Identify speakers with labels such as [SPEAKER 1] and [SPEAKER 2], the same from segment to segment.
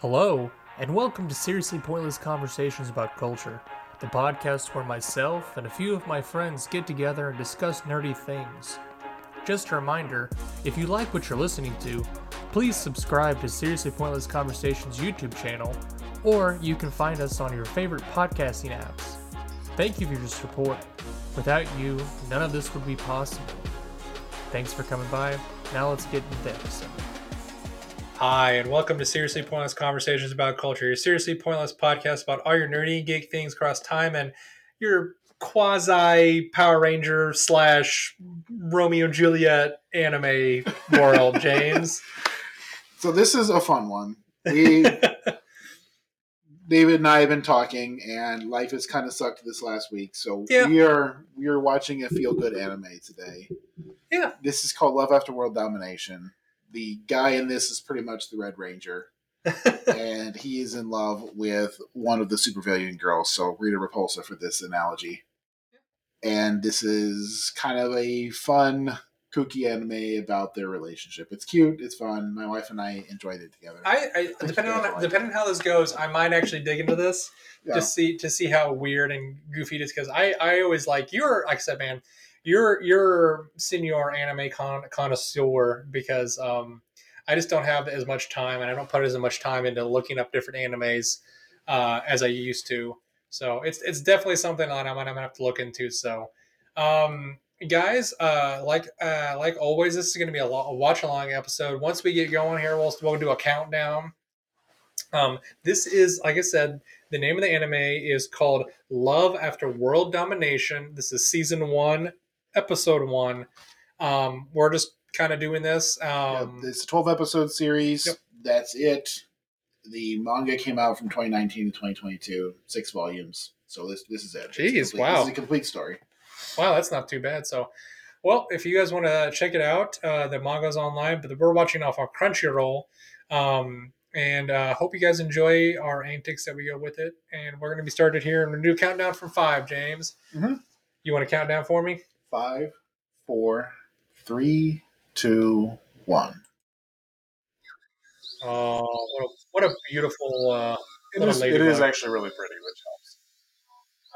[SPEAKER 1] Hello, and welcome to Seriously Pointless Conversations About Culture, the podcast where myself and a few of my friends get together and discuss nerdy things. Just a reminder if you like what you're listening to, please subscribe to Seriously Pointless Conversations YouTube channel, or you can find us on your favorite podcasting apps. Thank you for your support. Without you, none of this would be possible. Thanks for coming by. Now let's get into the episode. Hi, and welcome to Seriously Pointless Conversations About Culture, your seriously pointless podcast about all your nerdy and geek things across time and your quasi Power Ranger slash Romeo and Juliet anime world, James.
[SPEAKER 2] So this is a fun one. We David and I have been talking, and life has kind of sucked this last week. So
[SPEAKER 1] Yeah.
[SPEAKER 2] we are we are watching a feel good anime today.
[SPEAKER 1] Yeah.
[SPEAKER 2] this is called Love After World Domination. The guy in this is pretty much the Red Ranger, and he is in love with one of the supervillain girls. So Rita Repulsa for this analogy. And this is kind of a fun, kooky anime about their relationship. It's cute. It's fun. My wife and I enjoyed it together.
[SPEAKER 1] I, I depending on depending on how this goes, I might actually dig into this
[SPEAKER 2] Yeah.
[SPEAKER 1] to see to see how weird and goofy it is. Because I I always like you're like I said, man, you're you're senior anime con, connoisseur because um I just don't have as much time and I don't put as much time into looking up different animes uh, as I used to. So it's it's definitely something that I'm gonna I'm gonna have to look into. So. Um, guys uh like uh like always this is going to be a, lo- a watch along episode once we get going here we'll, we'll do a countdown um this is like i said the name of the anime is called love after world domination this is season one episode one um we're just kind of doing this um
[SPEAKER 2] Yep, it's a 12 episode series.
[SPEAKER 1] Yep.
[SPEAKER 2] That's it. The manga came out from 2019 to 2022, six volumes. So this this is it. It's a
[SPEAKER 1] Jeez,
[SPEAKER 2] complete-
[SPEAKER 1] wow.
[SPEAKER 2] This is a complete story.
[SPEAKER 1] Wow, that's not too bad. So, well, if you guys want to check it out, uh, the manga's online, but we're watching off our Crunchyroll. Um, and uh, hope you guys enjoy our antics that we go with it. And we're going to be started here in a new countdown from five, James.
[SPEAKER 2] Mhm.
[SPEAKER 1] You want to count down for me?
[SPEAKER 2] Five, four, three, two, one.
[SPEAKER 1] Oh, what a, what a beautiful uh,
[SPEAKER 3] It
[SPEAKER 1] Little
[SPEAKER 3] is, it is
[SPEAKER 1] ladybug.
[SPEAKER 3] actually really pretty, which helps.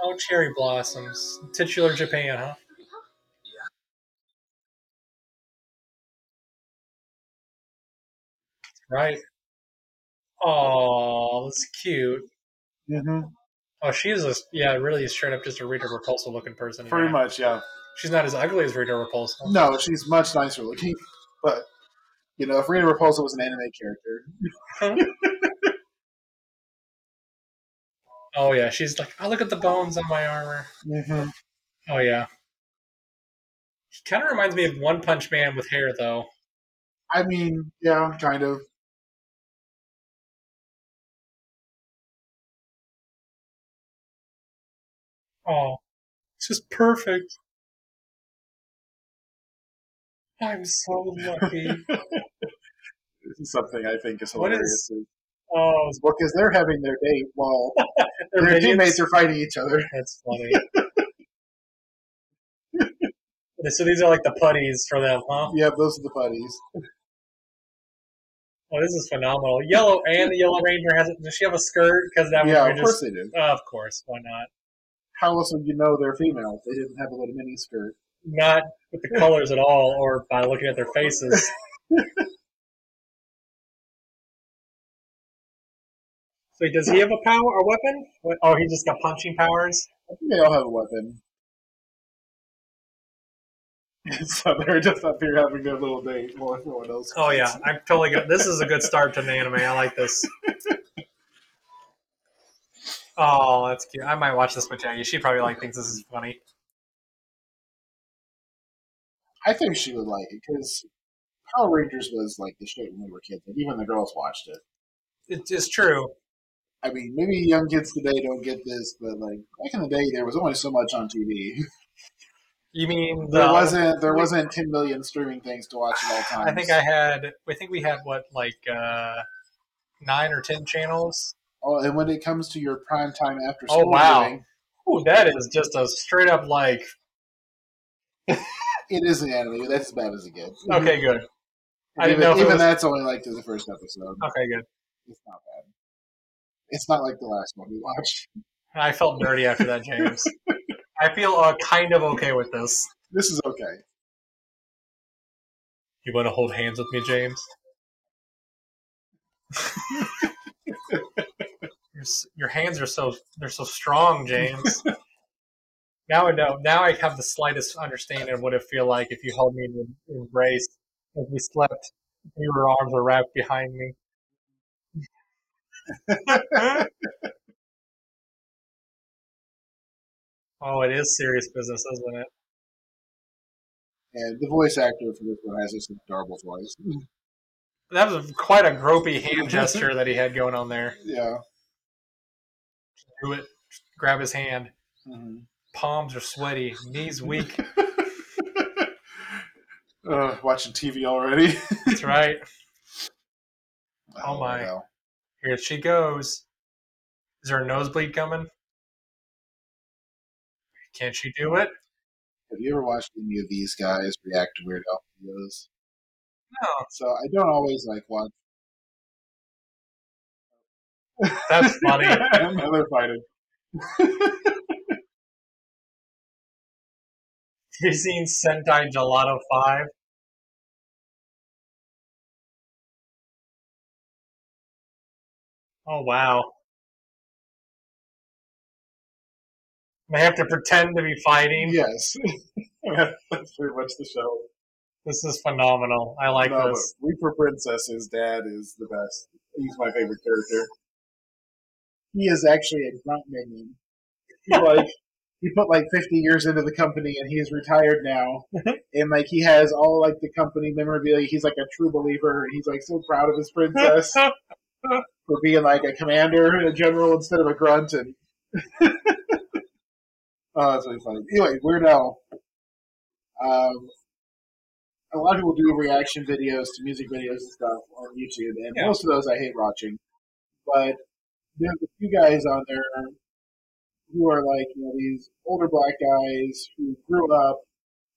[SPEAKER 1] oh, cherry blossoms. Titular Japan, huh? Right. Oh, that's cute.
[SPEAKER 3] Mm-hmm.
[SPEAKER 1] Oh, she's a yeah, really straight up just a Rita Repulsa looking person.
[SPEAKER 3] Pretty
[SPEAKER 1] yeah.
[SPEAKER 3] much, yeah.
[SPEAKER 1] She's not as ugly as Rita Repulsa.
[SPEAKER 2] No, she's much nicer looking. But, you know, if Rita Repulsa was an anime character,
[SPEAKER 1] Oh yeah, she's like, oh look at the bones on my armor.
[SPEAKER 3] Mm-hmm.
[SPEAKER 1] Oh yeah. He kind of reminds me of One Punch Man with hair though.
[SPEAKER 2] I mean, yeah, kind of.
[SPEAKER 1] Oh, it's just perfect. I'm so lucky.
[SPEAKER 3] This is something I think is
[SPEAKER 1] What
[SPEAKER 3] hilarious.
[SPEAKER 1] is- oh,
[SPEAKER 2] Well, because they're having their date while
[SPEAKER 1] they're
[SPEAKER 2] their
[SPEAKER 1] minions.
[SPEAKER 2] teammates are fighting each other.
[SPEAKER 1] That's funny. so these are like the putties for them, huh?
[SPEAKER 2] Yeah, those are the buddies.
[SPEAKER 1] Oh, this is phenomenal. Yellow and the Yellow Ranger has. Does she have a skirt? Because that
[SPEAKER 2] yeah,
[SPEAKER 1] would
[SPEAKER 2] of
[SPEAKER 1] be
[SPEAKER 2] course
[SPEAKER 1] just.
[SPEAKER 2] they do.
[SPEAKER 1] Oh, of course, why not?
[SPEAKER 2] How else would you know they're female if they didn't have a little mini skirt?
[SPEAKER 1] Not with the colors at all, or by looking at their faces. so does he have a power or weapon? What- Oh, he just got punching powers.
[SPEAKER 2] I think they all have a weapon. so they're just up here having their little date while everyone else.
[SPEAKER 1] Oh yeah, I'm totally good. This is a good start to an anime. I like this. Oh, that's cute. I might watch this with Jackie. She probably like thinks this is funny.
[SPEAKER 2] I think she would like it because Power Rangers was like the shit when we were kids, and even the girls watched it.
[SPEAKER 1] It's, it's true.
[SPEAKER 2] I mean, maybe young kids today don't get this, but like back in the day, there was only so much on TV.
[SPEAKER 1] You mean uh,
[SPEAKER 2] there
[SPEAKER 1] the-
[SPEAKER 2] wasn't there wasn't ten million streaming things to watch at all times.
[SPEAKER 1] I think I had. I think we had what like uh, nine or ten channels.
[SPEAKER 2] Oh, and when it comes to your prime time after
[SPEAKER 1] Oh,
[SPEAKER 2] school
[SPEAKER 1] wow.
[SPEAKER 2] viewing,
[SPEAKER 1] Oh, that is just a straight up like.
[SPEAKER 2] it is an anime. That's as bad as it gets.
[SPEAKER 1] Okay, good. I didn't
[SPEAKER 2] even
[SPEAKER 1] know if it was-
[SPEAKER 2] Mm-hmm. even
[SPEAKER 1] Uh-huh.
[SPEAKER 2] that's only like to the first episode.
[SPEAKER 1] Okay, good.
[SPEAKER 2] It's not bad. It's not like the last one we watched.
[SPEAKER 1] I felt dirty after that, James. I feel uh, kind of okay with this.
[SPEAKER 2] This is okay.
[SPEAKER 1] You want to hold hands with me, James? your, s- your hands are so they're so strong, James. now I know. Now I have the slightest understanding of what it feel like if you held me in your embrace as we slept. Your arms were wrapped behind me. oh, it is serious business, isn't it?
[SPEAKER 2] And the voice actor for this one has this adorable voice.
[SPEAKER 1] Mm-hmm. That was quite a gropey hand gesture that he had going on there.
[SPEAKER 2] Yeah.
[SPEAKER 1] Do it. Grab his hand.
[SPEAKER 2] Mhm.
[SPEAKER 1] Palms are sweaty. Knees weak.
[SPEAKER 2] Uh, watching TV already.
[SPEAKER 1] That's right.
[SPEAKER 2] I don't
[SPEAKER 1] Oh my.
[SPEAKER 2] know.
[SPEAKER 1] Here she goes. Is there a nosebleed coming? Can she do it?
[SPEAKER 2] Have you ever watched any of these guys react to Weird Al videos?
[SPEAKER 1] No.
[SPEAKER 2] So I don't always like watch.
[SPEAKER 1] That's funny.
[SPEAKER 2] Now they're fighting.
[SPEAKER 1] Have you seen Sentai Gelato 5? Oh, wow. They have to pretend to be fighting.
[SPEAKER 2] Yes. That's pretty much the show.
[SPEAKER 1] This is phenomenal. I like
[SPEAKER 2] No, but
[SPEAKER 1] this.
[SPEAKER 2] Reaper Princess, his dad, is the best. He's my favorite character. He is actually a grunt minion. He like he put like fifty years into the company, and he is retired now. and like he has all like the company memorabilia. He's like a true believer, and he's like so proud of his princess for being like a commander and a general instead of a grunt. And oh, that's really funny. Anyway, Weird Al. Um, a lot of people do reaction videos to music videos and stuff on YouTube, and
[SPEAKER 1] Yeah.
[SPEAKER 2] most of those I hate watching. But there's a few guys on there who are like you know these older black guys who grew up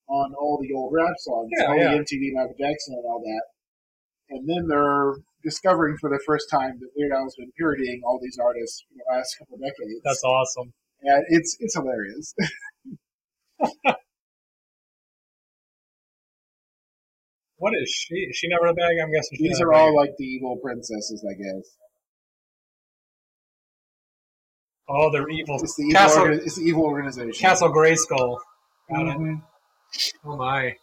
[SPEAKER 2] on all the old rap songs,
[SPEAKER 1] Yeah,
[SPEAKER 2] all
[SPEAKER 1] yeah.
[SPEAKER 2] the MTV, Michael Jackson, and all that. And then they're discovering for the first time that Weird Al's been parodying all these artists for the last couple of decades.
[SPEAKER 1] That's awesome.
[SPEAKER 2] and it's it's hilarious.
[SPEAKER 1] What is she? Is she not in a bag? I'm guessing she's
[SPEAKER 2] These
[SPEAKER 1] not
[SPEAKER 2] are
[SPEAKER 1] in a
[SPEAKER 2] all like the evil princesses, I guess.
[SPEAKER 1] bag. Oh, they're evil.
[SPEAKER 2] It's the evil,
[SPEAKER 1] Castle,
[SPEAKER 2] orga- it's the evil organization.
[SPEAKER 1] Castle Grayskull. Got it.
[SPEAKER 2] Mhm.
[SPEAKER 1] Oh, my.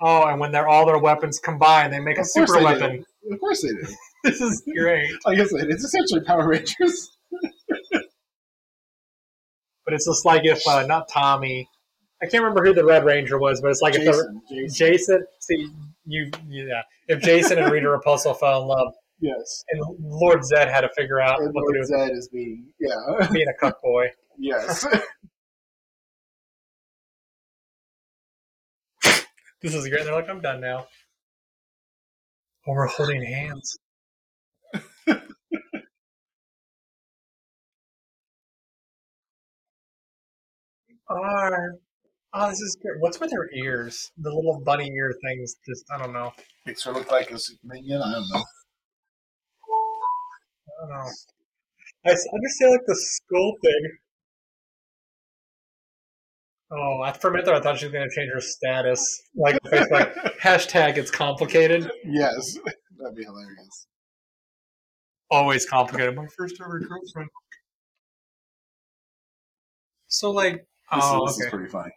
[SPEAKER 1] Oh, and when they're all their weapons combined, they make a
[SPEAKER 2] Of course
[SPEAKER 1] super
[SPEAKER 2] they
[SPEAKER 1] weapon.
[SPEAKER 2] Of course they do.
[SPEAKER 1] This is great.
[SPEAKER 2] I guess it- it's essentially Power Rangers.
[SPEAKER 1] But it's just like if uh, not Tommy, I can't remember who the Red Ranger was, but it's like
[SPEAKER 2] Jason,
[SPEAKER 1] if the
[SPEAKER 2] Jason,
[SPEAKER 1] Jason. See you, yeah. If Jason and Rita Repulsa fell in love,
[SPEAKER 2] yes.
[SPEAKER 1] and Lord Zed had to figure out
[SPEAKER 2] And
[SPEAKER 1] what to do
[SPEAKER 2] Lord
[SPEAKER 1] with
[SPEAKER 2] Zed is being, yeah,
[SPEAKER 1] being a cuck boy.
[SPEAKER 2] yes.
[SPEAKER 1] This is great. They're like, I'm done now. Oh, we're holding hands. Are. Oh, this is good. What's with her ears? The little bunny ear things. Just I don't know.
[SPEAKER 2] Makes her look like a super minion. I don't know.
[SPEAKER 1] I don't know. I s- understand like the skull thing. Oh, I, for a minute there, I thought she was going to change her status. Like, Facebook, hashtag it's complicated.
[SPEAKER 2] Yes, that'd be hilarious.
[SPEAKER 1] Always complicated. My first ever girlfriend. So, like,
[SPEAKER 2] This,
[SPEAKER 1] oh,
[SPEAKER 2] is, this is
[SPEAKER 1] okay.
[SPEAKER 2] pretty funny.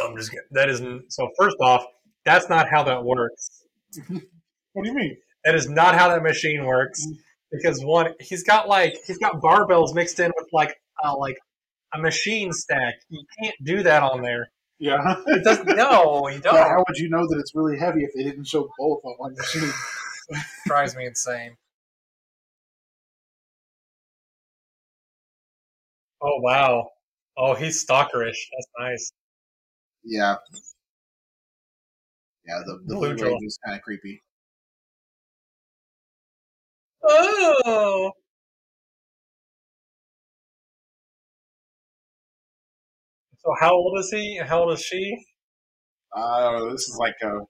[SPEAKER 1] I'm just kidding. That isn't. So, first off, that's not how that works.
[SPEAKER 2] What do you mean?
[SPEAKER 1] That is not how that machine works. Because one, he's got like he's got barbells mixed in with like uh, like a machine stack. You can't do that on there.
[SPEAKER 2] Yeah.
[SPEAKER 1] It doesn't. No, you
[SPEAKER 2] But
[SPEAKER 1] don't.
[SPEAKER 2] how would you know that it's really heavy if they didn't show both on one machine?
[SPEAKER 1] drives me insane. Oh wow. Oh, he's stalkerish. That's nice.
[SPEAKER 2] Yeah. Yeah, the, the
[SPEAKER 1] Blue
[SPEAKER 2] blue
[SPEAKER 1] Jaw.
[SPEAKER 2] range is kind of creepy.
[SPEAKER 1] Oh. So how old is he? and How old is she?
[SPEAKER 2] Uh, this is like a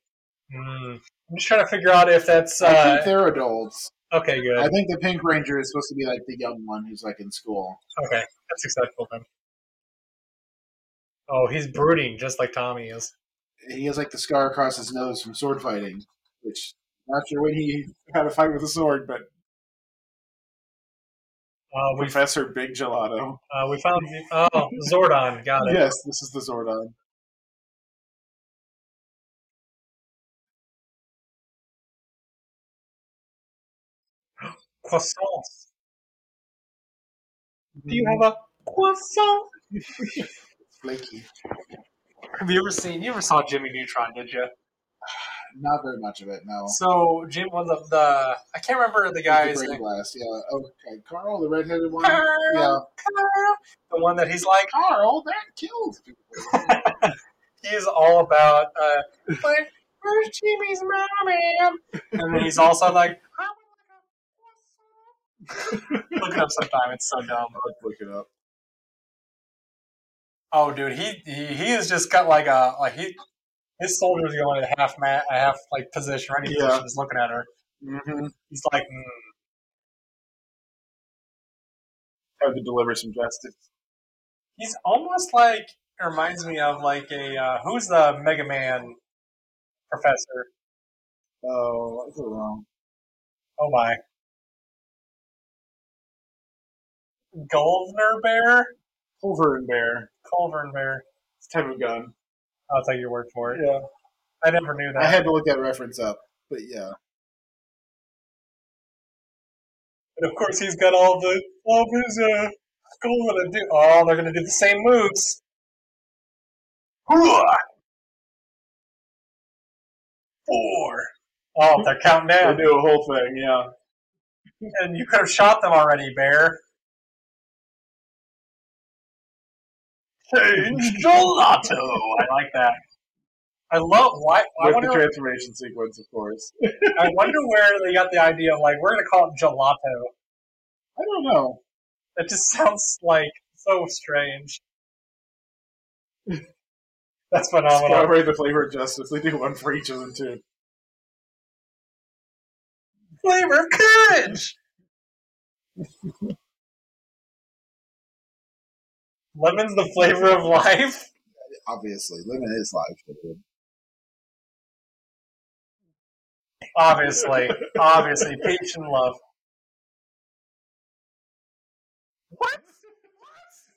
[SPEAKER 1] Mm. I'm just trying to figure out if that's
[SPEAKER 2] I
[SPEAKER 1] uh,
[SPEAKER 2] think they're adults.
[SPEAKER 1] okay. Good.
[SPEAKER 2] I think the Pink Ranger is supposed to be like the young one who's like in school.
[SPEAKER 1] Okay, that's acceptable then. Oh, he's brooding just like Tommy is.
[SPEAKER 2] He has like the scar across his nose from sword fighting, which not sure when he had a fight with a sword, but
[SPEAKER 1] Uh, we
[SPEAKER 2] Professor Big Gelato.
[SPEAKER 1] uh, we found oh Zordon, got it.
[SPEAKER 2] Yes, this is the Zordon.
[SPEAKER 1] Croissant. Do you have a croissant?
[SPEAKER 2] Flaky.
[SPEAKER 1] Have you ever seen? You ever saw Jimmy Neutron? Did you?
[SPEAKER 2] Not very much of it, no.
[SPEAKER 1] So Jim, one of the I can't remember the guy's
[SPEAKER 2] the brain
[SPEAKER 1] name.
[SPEAKER 2] blast, yeah. Okay, Carl, the redheaded one.
[SPEAKER 1] Carl.
[SPEAKER 2] Yeah,
[SPEAKER 1] The one that he's like
[SPEAKER 2] Carl, that kills people.
[SPEAKER 1] he's all about uh, like where's Jimmy's mom? And then he's also like I would like a croissant. Look it up sometime. It's so dumb.
[SPEAKER 2] Let's look it up.
[SPEAKER 1] Oh, dude, he he he has just got like a like he his soldiers going in a half ma a half like position, ready
[SPEAKER 2] Yeah.
[SPEAKER 1] position, just looking at her.
[SPEAKER 2] Mm-hmm.
[SPEAKER 1] He's like, mm.
[SPEAKER 3] Have to deliver some justice.
[SPEAKER 1] he's almost like it reminds me of like a uh, who's the Mega Man professor?
[SPEAKER 2] Oh, I go wrong.
[SPEAKER 1] Oh my, Goldner Bear,
[SPEAKER 3] Over and bear.
[SPEAKER 1] Colvern Bear. Oh,
[SPEAKER 3] It's type of gun.
[SPEAKER 1] I'll take your word for it.
[SPEAKER 3] Yeah.
[SPEAKER 1] I never knew
[SPEAKER 2] I
[SPEAKER 1] that.
[SPEAKER 2] had to look that reference up, but yeah.
[SPEAKER 1] And of course, he's got all the all of his uh, school gonna do. Oh, they're gonna do the same moves. Hooah! Four. Oh, they're counting
[SPEAKER 3] They
[SPEAKER 1] down,
[SPEAKER 3] do a whole thing, yeah.
[SPEAKER 1] and you could have shot them already, Bear. Change gelato. I like that. I love why. I
[SPEAKER 3] With the
[SPEAKER 1] wonder.
[SPEAKER 3] transformation sequence, of course.
[SPEAKER 1] I wonder where they got the idea of like we're gonna call it gelato.
[SPEAKER 2] I don't know.
[SPEAKER 1] That just sounds like so strange. That's phenomenal.
[SPEAKER 3] Discover the flavor of justice. They do one for each of them too.
[SPEAKER 1] Flavor of courage. Lemon's the flavor of life.
[SPEAKER 2] Obviously, living his life.
[SPEAKER 1] Obviously, obviously, peach and love. What?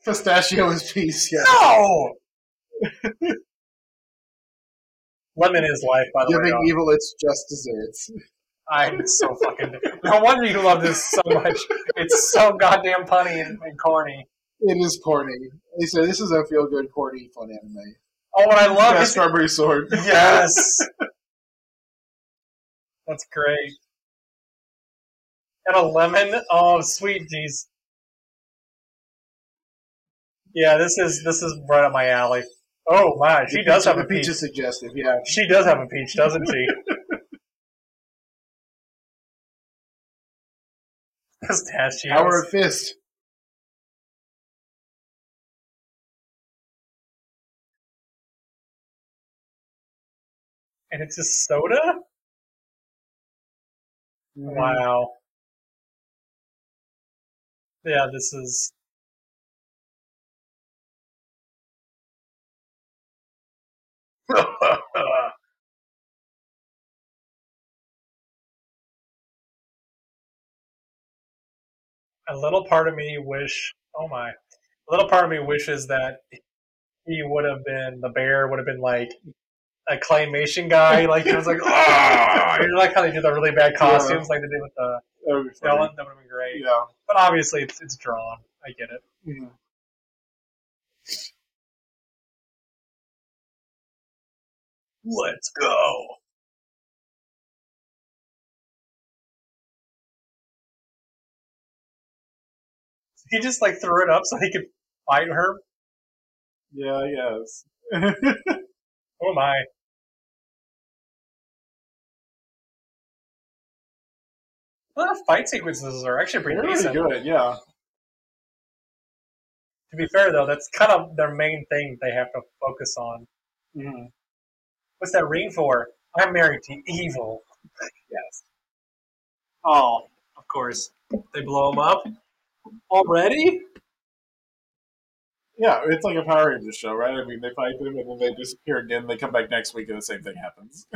[SPEAKER 2] Pistachio is peace. Yeah,
[SPEAKER 1] No. Lemon is life, by the way.
[SPEAKER 2] giving
[SPEAKER 1] y'all.
[SPEAKER 2] evil its just desserts.
[SPEAKER 1] I'm so fucking. No wonder you love this so much. It's so goddamn punny and, and corny.
[SPEAKER 2] It is corny. They say this is a feel-good, corny, fun anime.
[SPEAKER 1] Oh, what I love
[SPEAKER 3] Yeah,
[SPEAKER 1] is
[SPEAKER 3] strawberry sword.
[SPEAKER 1] yes. That's great. And a lemon. Oh, sweet jeez. Yeah, this is this is right up my alley. Oh my, she does have
[SPEAKER 2] the
[SPEAKER 1] a peach.
[SPEAKER 2] peach is suggestive. Yeah,
[SPEAKER 1] She does have a peach, doesn't she? Pistachios.
[SPEAKER 2] power of fist.
[SPEAKER 1] and it's just soda? Wow. Yeah, this is. A little part of me wish, oh my, a little part of me wishes that he would have been, the bear would have been like a claymation guy. Like, he was like, oh, you know, like how they do the really bad costumes, like they did with the
[SPEAKER 3] Mm-hmm. That would be funny.
[SPEAKER 1] villain. That would have been great.
[SPEAKER 3] Yeah. Mm-hmm.
[SPEAKER 1] But obviously, it's, it's drawn. I get it. Let's go. He just like threw it up so he could fight her.
[SPEAKER 3] Yeah, yes.
[SPEAKER 1] Oh my. A lot of fight sequences are actually pretty
[SPEAKER 3] They're really
[SPEAKER 1] decent.
[SPEAKER 3] good, yeah.
[SPEAKER 1] To be fair, though, that's kind of their main thing they have to focus on.
[SPEAKER 3] Mhm.
[SPEAKER 1] What's that ring for? I'm married to evil. yes. Oh, of course. They blow him up already.
[SPEAKER 3] Yeah, it's like a Power Rangers show, right? I mean, they fight them and then they disappear again. They come back next week and the same thing happens.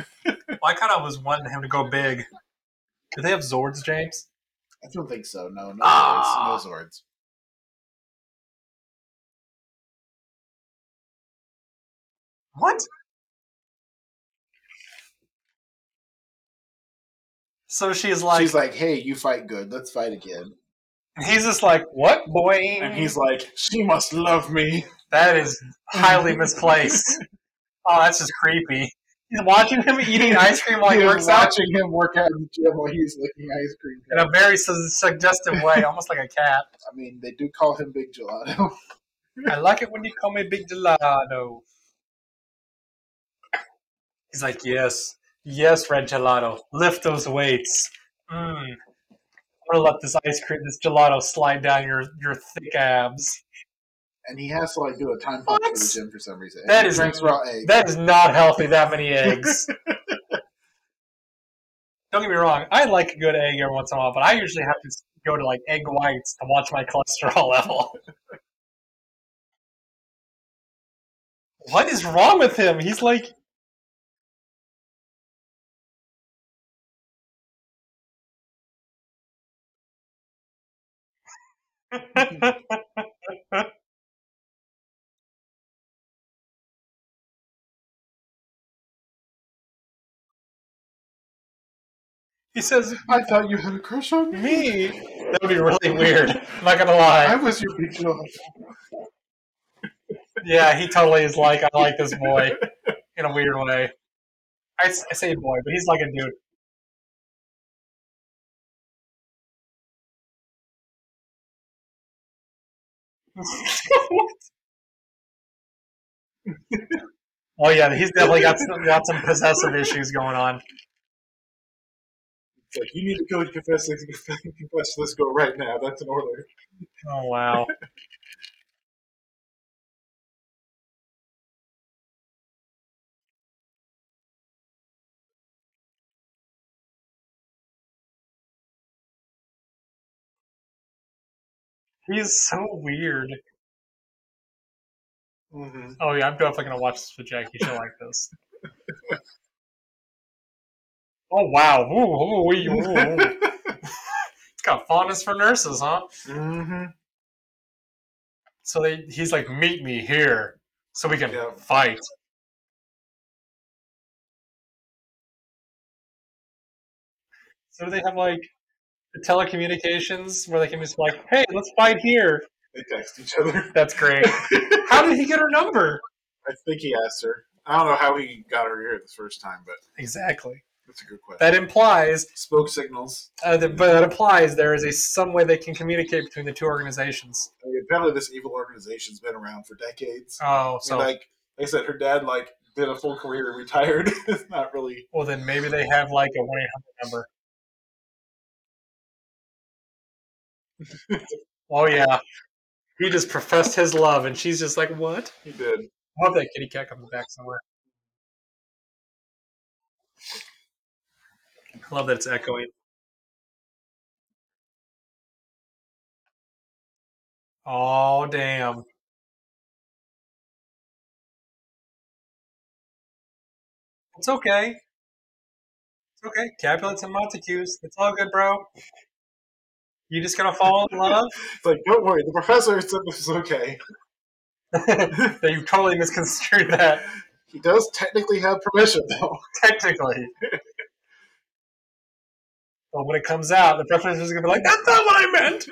[SPEAKER 1] Well, I kind of was wanting him to go big. Do they have Zords, James?
[SPEAKER 2] I don't think so. No, no
[SPEAKER 1] Ah.
[SPEAKER 2] Zords. No Zords.
[SPEAKER 1] What? So she's like,
[SPEAKER 2] She's like, hey, you fight good. Let's fight again.
[SPEAKER 1] and he's just like, what, boy?
[SPEAKER 3] And he's like, "She must love me."
[SPEAKER 1] that is highly misplaced. oh, that's just creepy. He's watching him eating ice cream while he
[SPEAKER 2] He was
[SPEAKER 1] works out
[SPEAKER 2] watching him work out in the gym while he's licking ice cream.
[SPEAKER 1] in a very su- suggestive way, almost like a cat.
[SPEAKER 2] I mean, they do call him Big Gelato.
[SPEAKER 1] I like it when you call me Big Gelato. He's like, yes, yes, Red Gelato, lift those weights. Mm. I'm gonna let this ice cream, this gelato, slide down your your thick abs.
[SPEAKER 2] and he has to like do a time punch for the
[SPEAKER 1] What?
[SPEAKER 2] gym for some reason.
[SPEAKER 1] That
[SPEAKER 2] That is
[SPEAKER 1] is-
[SPEAKER 2] he drinks raw egg.
[SPEAKER 1] That is not healthy. That many eggs. Don't get me wrong. I like a good egg every once in a while, but I usually have to go to like egg whites to watch my cholesterol level. what is wrong with him? He's like he says
[SPEAKER 3] I thought you had a crush on me.
[SPEAKER 1] me. That would be really weird. I'm not gonna lie.
[SPEAKER 3] I was your Big Gelato.
[SPEAKER 1] Yeah, he totally is like I like this boy in a weird way. I, s- I say boy, but he's like a dude. oh yeah, he's definitely got some, got some possessive issues going on.
[SPEAKER 3] It's like, you need to go and confess this. Confess this. Go right now. That's an order.
[SPEAKER 1] Oh wow. He's so weird.
[SPEAKER 3] Mm-hmm.
[SPEAKER 1] Oh yeah, I'm definitely gonna watch this with Jackie. She'll like this. oh wow! Ooh, ooh, wee, ooh, ooh. it's got fondness for nurses, huh?
[SPEAKER 3] Mm-hmm.
[SPEAKER 1] So they, he's like, "Meet me here, so we can
[SPEAKER 3] Yeah.
[SPEAKER 1] fight." So do they have like the telecommunications where they can just like, "Hey, let's fight here."
[SPEAKER 3] They text each other.
[SPEAKER 1] That's great. How did he get her number?
[SPEAKER 3] I think he asked her. I don't know how he got her here the first time, but
[SPEAKER 1] Exactly.
[SPEAKER 3] that's a good question.
[SPEAKER 1] That implies
[SPEAKER 3] Spoke signals.
[SPEAKER 1] Uh, that, but that applies. There is a some way they can communicate between the two organizations.
[SPEAKER 3] I mean, apparently, this evil organization's been around for decades.
[SPEAKER 1] Oh,
[SPEAKER 3] So,
[SPEAKER 1] so
[SPEAKER 3] like they said, her dad like did a full career, and retired. it's not really.
[SPEAKER 1] well then maybe they have like a one eight hundred number. oh yeah, he just professed his love, and she's just like, "What?"
[SPEAKER 3] He did.
[SPEAKER 1] I hope that kitty cat comes back somewhere. I love that it's echoing. Oh damn. It's okay. It's okay. Capulets and Montagues. It's all good, bro. You just gonna fall in love?
[SPEAKER 3] It's like, don't worry, the professor said this is okay.
[SPEAKER 1] that you totally misconstrued that.
[SPEAKER 3] He does technically have permission, though.
[SPEAKER 1] technically. but when it comes out, the professor's gonna be like, "That's not what I meant."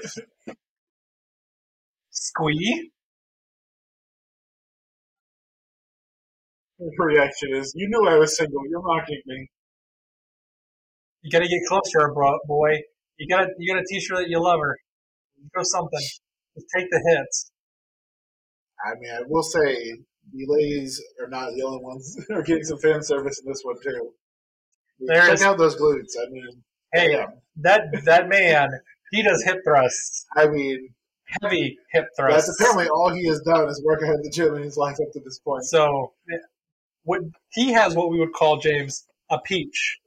[SPEAKER 1] Squee.
[SPEAKER 3] Her reaction is, "You knew I was single. You're mocking me."
[SPEAKER 1] You gotta get closer, bro, boy. You gotta you gotta teach her that you love her. Go something. Just take the hits.
[SPEAKER 2] I mean, I will say the ladies are not the only ones.
[SPEAKER 3] They're getting some fan service in this one too.
[SPEAKER 1] There
[SPEAKER 2] Check
[SPEAKER 1] is-
[SPEAKER 2] out those glutes. I mean,
[SPEAKER 1] Hey,
[SPEAKER 2] yeah.
[SPEAKER 1] that that man, he does hip thrusts,
[SPEAKER 2] I mean,
[SPEAKER 1] heavy hip thrusts.
[SPEAKER 2] that's apparently all
[SPEAKER 3] He
[SPEAKER 2] he
[SPEAKER 3] has done is work out of the gym in his life up to this point.
[SPEAKER 1] So, what he has what we would call James a peach.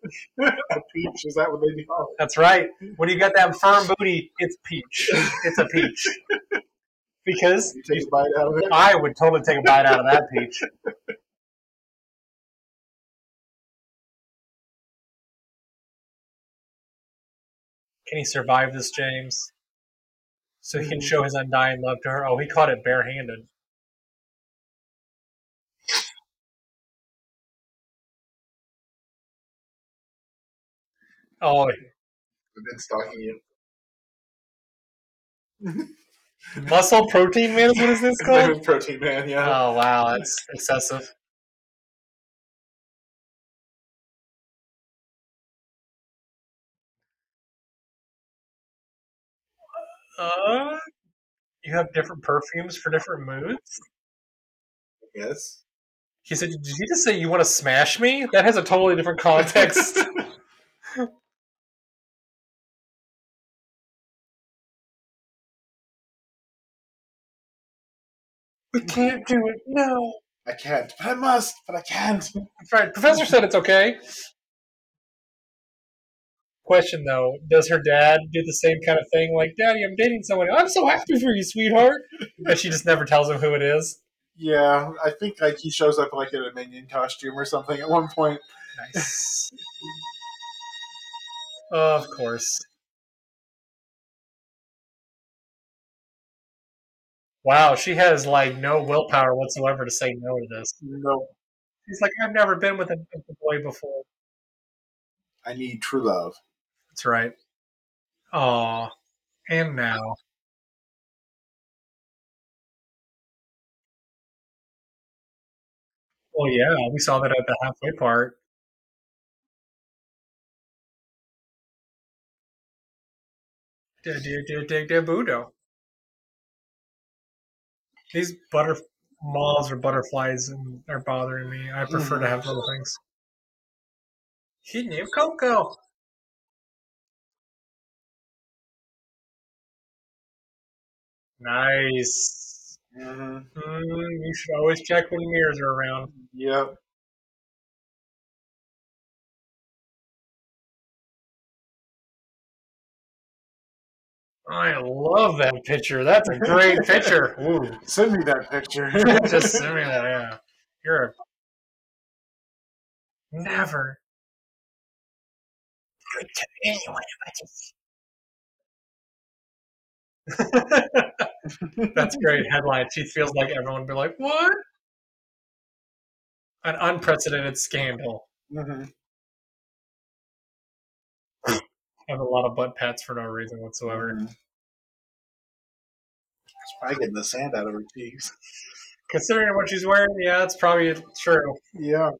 [SPEAKER 3] A peach, is that what they call it?
[SPEAKER 1] That's right. When you got that firm booty, it's peach. It's a peach. Because
[SPEAKER 3] You take a bite out of it.
[SPEAKER 1] I would totally take a bite out of that peach. Can he survive this, James? So he can show his undying love to her. Oh, he caught it barehanded. Oh,
[SPEAKER 2] I've been stalking you.
[SPEAKER 1] muscle protein man is what is this
[SPEAKER 3] That
[SPEAKER 1] called?
[SPEAKER 3] was Protein Man, yeah.
[SPEAKER 1] Oh wow, that's excessive. Uh, you have different perfumes for different moods.
[SPEAKER 3] Yes.
[SPEAKER 1] He said, "Did you just say you want to smash me?" That has a totally different context. we can't do it. No.
[SPEAKER 2] I can't, but I must, but I can't.
[SPEAKER 1] That's right. Professor said it's okay. Question though, does her dad do the same kind of thing? Like, Daddy, I'm dating someone. I'm so happy for you, sweetheart. But she just never tells him who it is.
[SPEAKER 3] Yeah, I think like he shows up like in a minion costume or something at one point.
[SPEAKER 1] Nice. of course. Wow, she has like no willpower whatsoever to say no to this.
[SPEAKER 3] No,
[SPEAKER 1] She's like, I've never been with a, with a boy before.
[SPEAKER 3] I need true love.
[SPEAKER 1] That's right. Aw. And now. Well, yeah, we saw that at the halfway part. Da, da, da, da, da, budo. These butter moths or butterflies and- are bothering me. I prefer to have little things. He knew Coco. Nice.
[SPEAKER 3] Mm-hmm.
[SPEAKER 1] Mm, you should always check when mirrors are around.
[SPEAKER 3] Yep.
[SPEAKER 1] I love that picture. That's a great picture. Ooh,
[SPEAKER 3] Send me that picture.
[SPEAKER 1] just I mean, yeah. You're a never good to anyone. That's a great headline. She feels like everyone would be like, "What?" An unprecedented scandal.
[SPEAKER 3] hmm
[SPEAKER 1] I have a lot of butt pats for no reason whatsoever.
[SPEAKER 2] I get the sand out of her cheeks.
[SPEAKER 1] Considering what she's wearing, yeah, it's probably true.
[SPEAKER 3] Yeah.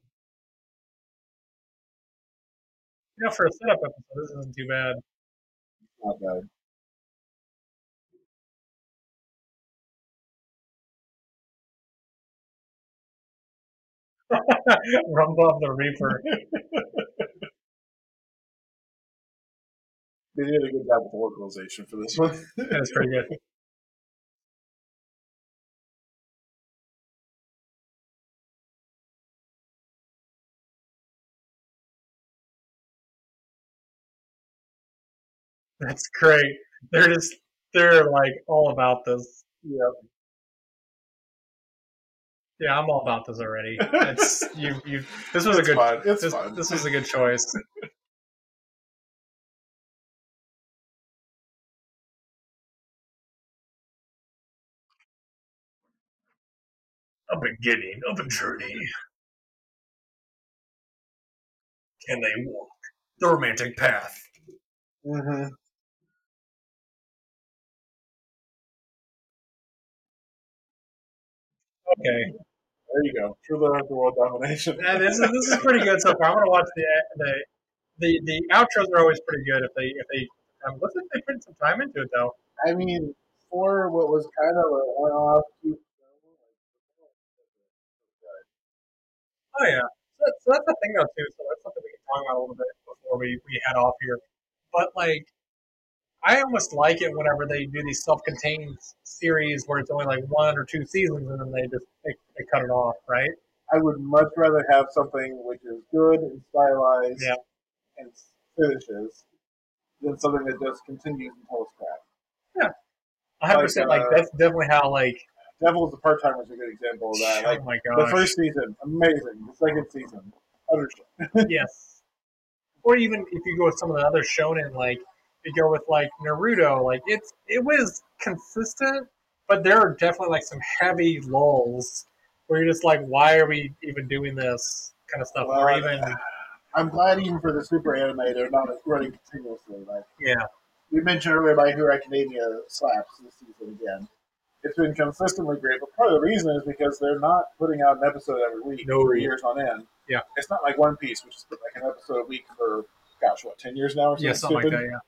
[SPEAKER 1] You know, for a setup episode, this isn't too bad.
[SPEAKER 2] Not bad.
[SPEAKER 1] Rumble of the Reaper.
[SPEAKER 3] They did a good job with the localization for this one.
[SPEAKER 1] That's pretty good. That's great. They're just they're like all about this.
[SPEAKER 3] Yep.
[SPEAKER 1] Yeah, I'm all about this already. It's you you this was a
[SPEAKER 3] It's
[SPEAKER 1] good
[SPEAKER 3] fun. It's
[SPEAKER 1] this,
[SPEAKER 3] fun.
[SPEAKER 1] this was a good choice. A beginning of a journey. Can they walk the romantic path?
[SPEAKER 2] Mm-hmm.
[SPEAKER 3] hmm
[SPEAKER 1] Okay,
[SPEAKER 3] There you go. True love for world domination.
[SPEAKER 1] yeah, this is this is pretty good so far. I'm gonna watch the the the, the outros are always pretty good if they if they um, looks like they put some time into it though.
[SPEAKER 2] I mean, for what was kind of a one-off, you
[SPEAKER 1] Oh yeah, so that's, so that's the thing though too. So that's something we can talk about a little bit before we, we head off here. But like, I almost like it whenever they do these self-contained series where it's only like one or two seasons and then they just they, they cut it off, right?
[SPEAKER 2] I would much rather have something which is good and stylized
[SPEAKER 1] Yeah.
[SPEAKER 2] and finishes than something that just continues and tells crap.
[SPEAKER 1] 100 percent.
[SPEAKER 2] Like,
[SPEAKER 1] Like
[SPEAKER 2] uh,
[SPEAKER 1] that's definitely how like.
[SPEAKER 2] Devil is a part timer is a good example of that. Like,
[SPEAKER 1] Oh my
[SPEAKER 2] the
[SPEAKER 1] gosh.
[SPEAKER 2] first season, amazing. The second season, utter shit.
[SPEAKER 1] yes. Or even if you go with some of the other shonen, like you go with like Naruto, like it's it was consistent, but there are definitely like some heavy lulls where you're just like, why are we even doing this kind of stuff? or
[SPEAKER 2] Well,
[SPEAKER 1] even
[SPEAKER 2] I'm glad even for the super anime, they're not running continuously. Like
[SPEAKER 1] yeah,
[SPEAKER 2] we mentioned earlier, My Hero Academia slaps this season again. It's been consistently great, but part of the reason is because they're not putting out an episode every week
[SPEAKER 1] No
[SPEAKER 2] for
[SPEAKER 1] reason.
[SPEAKER 2] years on end.
[SPEAKER 1] Yeah.
[SPEAKER 2] it's not like One Piece, which is like an episode a week for gosh, what ten years now? Or something
[SPEAKER 1] yeah, something like
[SPEAKER 2] stupid.
[SPEAKER 1] that.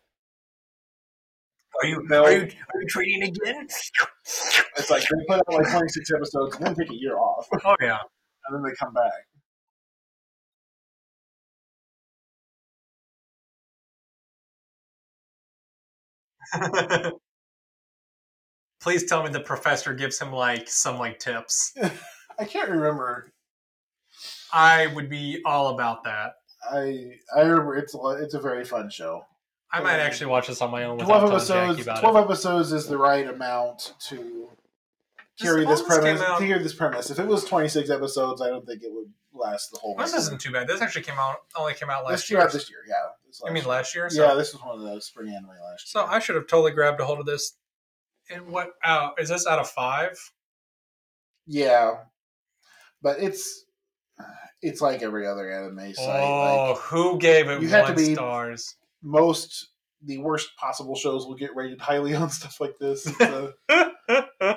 [SPEAKER 1] Yeah. Are you
[SPEAKER 2] No.
[SPEAKER 1] are you are you trading again?
[SPEAKER 2] It's like they put out like 26 episodes and then take a year off, and
[SPEAKER 1] Oh yeah.
[SPEAKER 2] then they come back.
[SPEAKER 1] Oh, Please tell me the professor gives him like some like tips.
[SPEAKER 2] I can't remember.
[SPEAKER 1] I would be all about that.
[SPEAKER 2] I I remember it's a, it's a very fun show.
[SPEAKER 1] I might actually watch this on my own. without
[SPEAKER 2] Twelve
[SPEAKER 1] telling Jackie
[SPEAKER 2] episodes.
[SPEAKER 1] about
[SPEAKER 2] Twelve
[SPEAKER 1] it.
[SPEAKER 2] episodes is the right amount to
[SPEAKER 1] This-
[SPEAKER 2] carry
[SPEAKER 1] all
[SPEAKER 2] this,
[SPEAKER 1] this came
[SPEAKER 2] premise.
[SPEAKER 1] out-
[SPEAKER 2] To carry this premise. If it was twenty six episodes, I don't think it would last the whole.
[SPEAKER 1] This
[SPEAKER 2] season.
[SPEAKER 1] isn't too bad. This actually came out only came out
[SPEAKER 2] This
[SPEAKER 1] last
[SPEAKER 2] year,
[SPEAKER 1] year.
[SPEAKER 2] out this year, yeah. This
[SPEAKER 1] I mean
[SPEAKER 2] year.
[SPEAKER 1] last year. So,
[SPEAKER 2] yeah, this was one of those spring anime last
[SPEAKER 1] so
[SPEAKER 2] year.
[SPEAKER 1] I should have totally grabbed a hold of this. And what uh, is this out of five?
[SPEAKER 2] yeah, but it's it's like every other anime site.
[SPEAKER 1] oh,
[SPEAKER 2] Like
[SPEAKER 1] who gave it
[SPEAKER 2] You had to
[SPEAKER 1] one
[SPEAKER 2] be-
[SPEAKER 1] stars?
[SPEAKER 2] most the worst possible shows will get rated highly on stuff like this. It's, uh,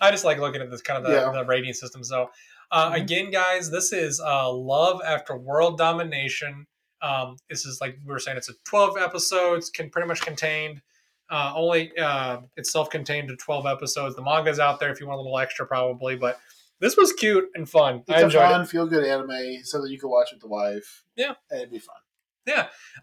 [SPEAKER 1] I just like looking at this kind of the,
[SPEAKER 2] Yeah.
[SPEAKER 1] the rating system. So, uh,
[SPEAKER 2] Mhm.
[SPEAKER 1] again, guys, this is uh, Love After World Domination. Um, this is like we were saying, it's a 12 episodes, can pretty much contained. Uh, only uh, it's self-contained to 12 episodes. The manga's out there if you want a little extra, probably. But this was cute and fun. I
[SPEAKER 2] it's a
[SPEAKER 1] enjoyed
[SPEAKER 2] fun,
[SPEAKER 1] it.
[SPEAKER 2] feel good anime so that you can watch with the wife.
[SPEAKER 1] Yeah.
[SPEAKER 2] and it'd be fun.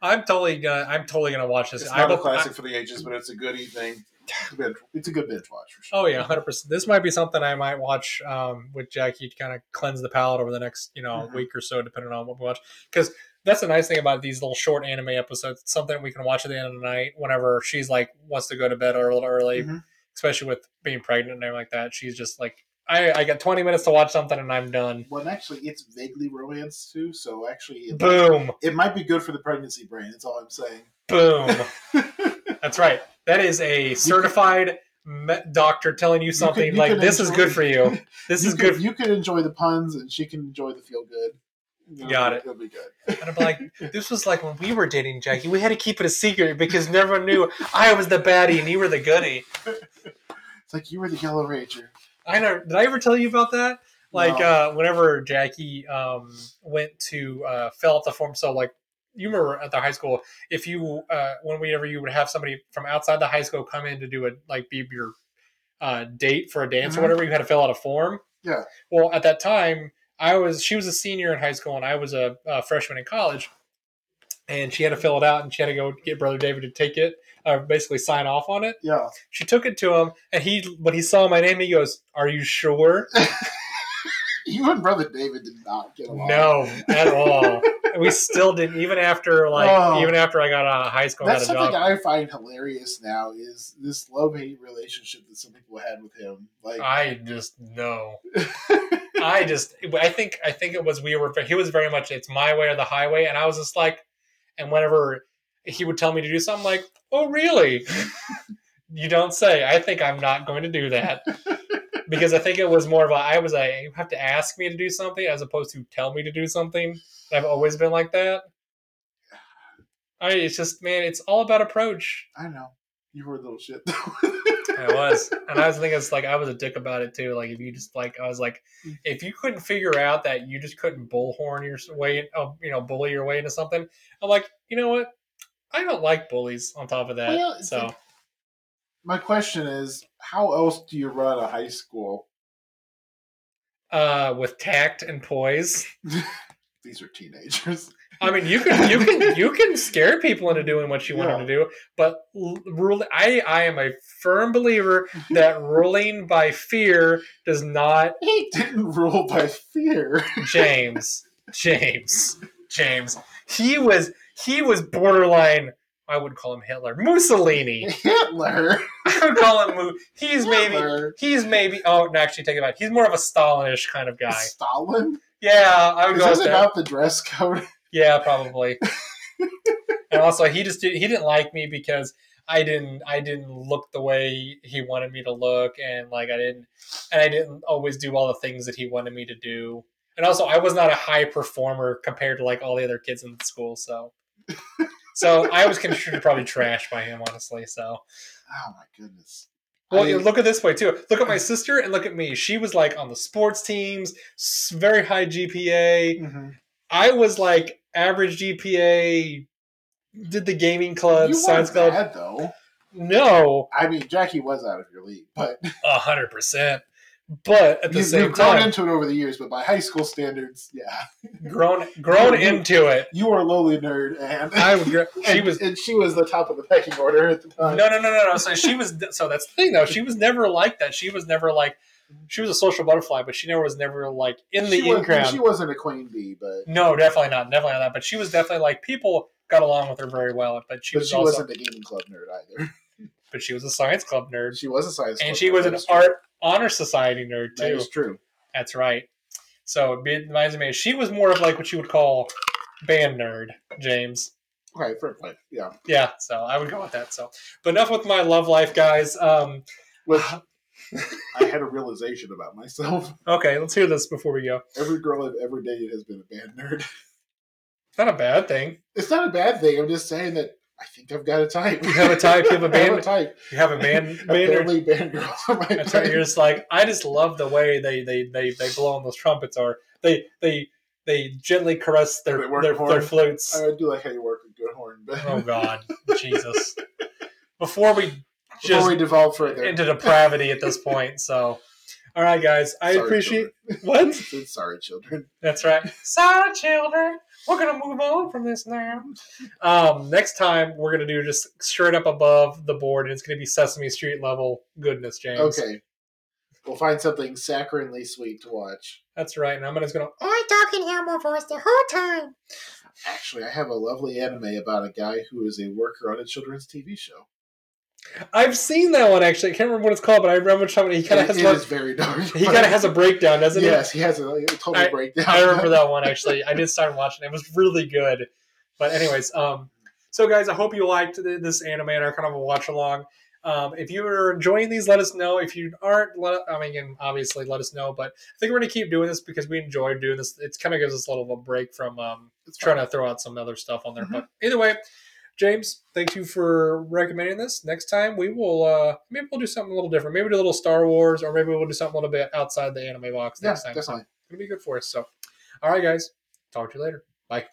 [SPEAKER 1] I'm totally gonna. I'm totally gonna watch this.
[SPEAKER 2] It's
[SPEAKER 1] I
[SPEAKER 2] not a
[SPEAKER 1] will-
[SPEAKER 2] classic for the ages, but it's a good evening. It's a binge, it's a good binge watch for sure.
[SPEAKER 1] Oh yeah, hundred percent. This might be something I might watch um, with Jackie to kind of cleanse the palate over the next you know
[SPEAKER 2] Mhm.
[SPEAKER 1] week or so, depending on what we watch. Because that's the nice thing about these little short anime episodes. It's something we can watch at the end of the night whenever she's like wants to go to bed a little early,
[SPEAKER 2] Mhm.
[SPEAKER 1] especially with being pregnant and everything like that. She's just like, I I got twenty minutes to watch something and I'm done.
[SPEAKER 2] Well, and actually, it's vaguely romance too, so actually, it,
[SPEAKER 1] Boom,
[SPEAKER 2] it might be good for the pregnancy brain. That's all I'm saying.
[SPEAKER 1] boom. that's right. That is a certified. me- doctor telling you something
[SPEAKER 2] you
[SPEAKER 1] like
[SPEAKER 2] can
[SPEAKER 1] this is
[SPEAKER 2] enjoy-
[SPEAKER 1] good for you this
[SPEAKER 2] you
[SPEAKER 1] is
[SPEAKER 2] could,
[SPEAKER 1] good for
[SPEAKER 2] You can enjoy the puns, and she can enjoy the feel good. It'll
[SPEAKER 1] Got
[SPEAKER 2] be-
[SPEAKER 1] it.
[SPEAKER 2] It'll be good.
[SPEAKER 1] And I'm like, this was like when we were dating Jackie. We had to keep it a secret because never knew I was the baddie and you were the goodie.
[SPEAKER 2] It's like you were the Yellow Ranger.
[SPEAKER 1] I know. Did I ever tell you about that? Like
[SPEAKER 2] No.
[SPEAKER 1] uh, whenever Jackie um, went to uh, fill out the form, so like you remember at the high school, if you uh, whenever you would have somebody from outside the high school come in to do a like be your uh, date for a dance
[SPEAKER 2] Mhm.
[SPEAKER 1] or whatever, you had to fill out a form.
[SPEAKER 2] Yeah.
[SPEAKER 1] Well, at that time, I was she was a senior in high school and I was a, uh freshman in college, and she had to fill it out and she had to go get brother David to take it, uh, basically sign off on it.
[SPEAKER 2] Yeah,
[SPEAKER 1] She took it to him, and he when he saw my name, he goes, "Are you sure?"
[SPEAKER 2] you and brother David did not get along.
[SPEAKER 1] No, at all. we still didn't, even after like
[SPEAKER 2] Oh.
[SPEAKER 1] even after I got out of high school, and
[SPEAKER 2] That's
[SPEAKER 1] got a
[SPEAKER 2] something
[SPEAKER 1] job.
[SPEAKER 2] I find hilarious now is this love hate relationship that some people had with him. Like
[SPEAKER 1] I just no. I just I think I think it was we were he was very much it's my way or the highway, and I was just like, and whenever he would tell me to do something, like, oh really? you don't say. I think I'm not going to do that. Because I think it was more of a I was a you have to ask me to do something as opposed to tell me to do something. I've always been like that. I it's just man, it's all about approach.
[SPEAKER 2] I know. You were a little shit.
[SPEAKER 1] I was, and I was thinking it's like I was a dick about it too. Like if you just like, I was like, if you couldn't figure out that you just couldn't bullhorn your s- way, uh, you know, bully your way into something, I'm like, you know what? I don't like bullies. On top of that,
[SPEAKER 2] Well, it's
[SPEAKER 1] so
[SPEAKER 2] like- My question is, how else do you run a high school?
[SPEAKER 1] uh, with tact and poise,
[SPEAKER 2] These are teenagers.
[SPEAKER 1] I mean, you can you can you can scare people into doing what you want
[SPEAKER 3] Yeah.
[SPEAKER 1] them to do, but l- rule. I I am a firm believer that ruling by fear does not.
[SPEAKER 2] He didn't rule by fear.
[SPEAKER 1] James, James, James. He was he was borderline. I would call him Hitler, Mussolini.
[SPEAKER 2] Hitler.
[SPEAKER 1] I would call him. Mu- He's maybe.
[SPEAKER 2] Hitler.
[SPEAKER 1] He's maybe. Oh, no, actually, take it back. He's more of a Stalinish kind of guy.
[SPEAKER 2] Stalin.
[SPEAKER 1] Yeah, I would
[SPEAKER 2] Is
[SPEAKER 1] go with
[SPEAKER 2] this
[SPEAKER 1] that.
[SPEAKER 2] about the dress code?
[SPEAKER 1] Yeah, probably. and also, he just did, he didn't like me because I didn't I didn't look the way he wanted me to look, and like I didn't and I didn't always do all the things that he wanted me to do. And also, I was not a high performer compared to like all the other kids in the school, so so I was considered probably trash by him, honestly. So
[SPEAKER 2] Oh my goodness.
[SPEAKER 1] well,
[SPEAKER 2] I
[SPEAKER 1] you
[SPEAKER 2] mean,
[SPEAKER 1] look at this way too. Look at my sister and look at me. She was like on the sports teams, s- very high GPA.
[SPEAKER 2] mm-hmm.
[SPEAKER 1] I was like average GPA, did the gaming club,
[SPEAKER 2] you
[SPEAKER 1] science
[SPEAKER 2] weren't
[SPEAKER 1] club.
[SPEAKER 2] bad though.
[SPEAKER 1] No,
[SPEAKER 2] I mean, Jackie was out of your league, but
[SPEAKER 1] a hundred percent. But at the
[SPEAKER 2] you,
[SPEAKER 1] same
[SPEAKER 2] have grown
[SPEAKER 1] time,
[SPEAKER 2] into it over the years. But by high school standards, yeah,
[SPEAKER 1] grown grown
[SPEAKER 2] You- you-
[SPEAKER 1] into it.
[SPEAKER 2] you were a lowly nerd, and
[SPEAKER 1] I would gr- she
[SPEAKER 2] and-
[SPEAKER 1] was
[SPEAKER 2] and she was the top of the pecking order at the
[SPEAKER 1] no
[SPEAKER 2] time.
[SPEAKER 1] no no no no. So she was so that's the thing though. She was never like that. She was never like she was a social butterfly, but she never was never like in the
[SPEAKER 2] she,
[SPEAKER 1] in crowd.
[SPEAKER 2] was, she wasn't a queen bee, but
[SPEAKER 1] no, definitely not. Definitely not that. But she was definitely like people got along with her very well. But she
[SPEAKER 2] but
[SPEAKER 1] was
[SPEAKER 2] she
[SPEAKER 1] also
[SPEAKER 2] wasn't a gaming club nerd either.
[SPEAKER 1] but she was a science club nerd,
[SPEAKER 2] She was a science
[SPEAKER 1] and
[SPEAKER 2] club
[SPEAKER 1] she
[SPEAKER 2] nerd,
[SPEAKER 1] was
[SPEAKER 2] that
[SPEAKER 1] an
[SPEAKER 2] is true.
[SPEAKER 1] art honor society nerd
[SPEAKER 2] That
[SPEAKER 1] too.
[SPEAKER 2] is true.
[SPEAKER 1] That's right. So it be- reminds me, she was more of like what you would call band nerd, James.
[SPEAKER 2] Okay, fair play. Yeah,
[SPEAKER 1] Yeah, so I would go with that. So, but enough with my love life, guys. Um,
[SPEAKER 2] Which I had a realization about myself.
[SPEAKER 1] okay, let's hear this before we go.
[SPEAKER 2] Every girl I've ever dated has been a bad nerd.
[SPEAKER 1] It's not a bad thing.
[SPEAKER 2] It's not a bad thing. I'm just saying that I think I've got a type.
[SPEAKER 1] You have a type, you have a
[SPEAKER 2] I have
[SPEAKER 1] band-
[SPEAKER 2] a type.
[SPEAKER 1] You have a band, band nerd.
[SPEAKER 2] Apparently, band girls are my
[SPEAKER 1] That's right.
[SPEAKER 2] type.
[SPEAKER 1] You're just like I just love the way they they they they blow on those trumpets or they they they gently caress their
[SPEAKER 2] They work
[SPEAKER 1] their,
[SPEAKER 2] hard.
[SPEAKER 1] their flutes.
[SPEAKER 2] I do like how you work with good horn, but
[SPEAKER 1] Oh God, Jesus! Before we
[SPEAKER 2] before
[SPEAKER 1] just
[SPEAKER 2] we devolve further,
[SPEAKER 1] into depravity at this point. So, all right, guys, I
[SPEAKER 2] Sorry,
[SPEAKER 1] appreciate what.
[SPEAKER 2] children. sorry, children.
[SPEAKER 1] That's right. Sorry, children. We're gonna move on from this now. Um, next time we're gonna do just straight up above the board, and it's gonna be Sesame Street level goodness, James.
[SPEAKER 2] Okay, we'll find something saccharinely sweet to watch.
[SPEAKER 1] That's right. And I'm just gonna.
[SPEAKER 4] I talking Elmo voice the whole time.
[SPEAKER 2] Actually, I have a lovely anime about a guy who is a worker on a children's TV show.
[SPEAKER 1] I've seen that one actually. I can't remember what it's called, but I remember which time he kind of
[SPEAKER 2] It-
[SPEAKER 1] has
[SPEAKER 2] it
[SPEAKER 1] one,
[SPEAKER 2] is very dark.
[SPEAKER 1] he kind of has a breakdown, doesn't he?
[SPEAKER 2] yes, he has a, a total
[SPEAKER 1] I-
[SPEAKER 2] breakdown.
[SPEAKER 1] I remember that one actually. I did start watching. It It was really good. But anyways, um, so guys, I hope you liked th- this anime and our kind of a watch along. Um, if you are enjoying these, let us know. If you aren't, let I mean, again, obviously, let us know. But I think we're gonna keep doing this because we enjoy doing this. It kind of gives us a little of a break from um, trying to throw out some other stuff on there.
[SPEAKER 2] Mm-hmm.
[SPEAKER 1] But either way, James, thank you for recommending this. Next time we will uh, maybe we'll do something a little different. Maybe do a little Star Wars, or maybe we'll do something a little bit outside the anime box
[SPEAKER 2] Yeah,
[SPEAKER 1] next time.
[SPEAKER 2] definitely.
[SPEAKER 1] It's gonna be good for us. So, all right, guys, talk to you later. Bye.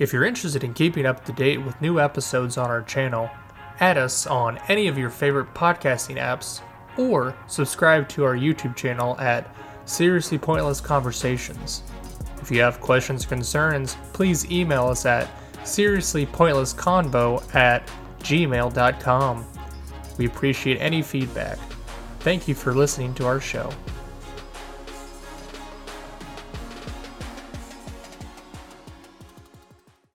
[SPEAKER 5] If you're interested in keeping up to date with new episodes on our channel, add us on any of your favorite podcasting apps, or subscribe to our YouTube channel at Seriously Pointless Conversations. If you have questions or concerns, please email us at seriouslypointlessconvo at gmail.com. We appreciate any feedback. Thank you for listening to our show.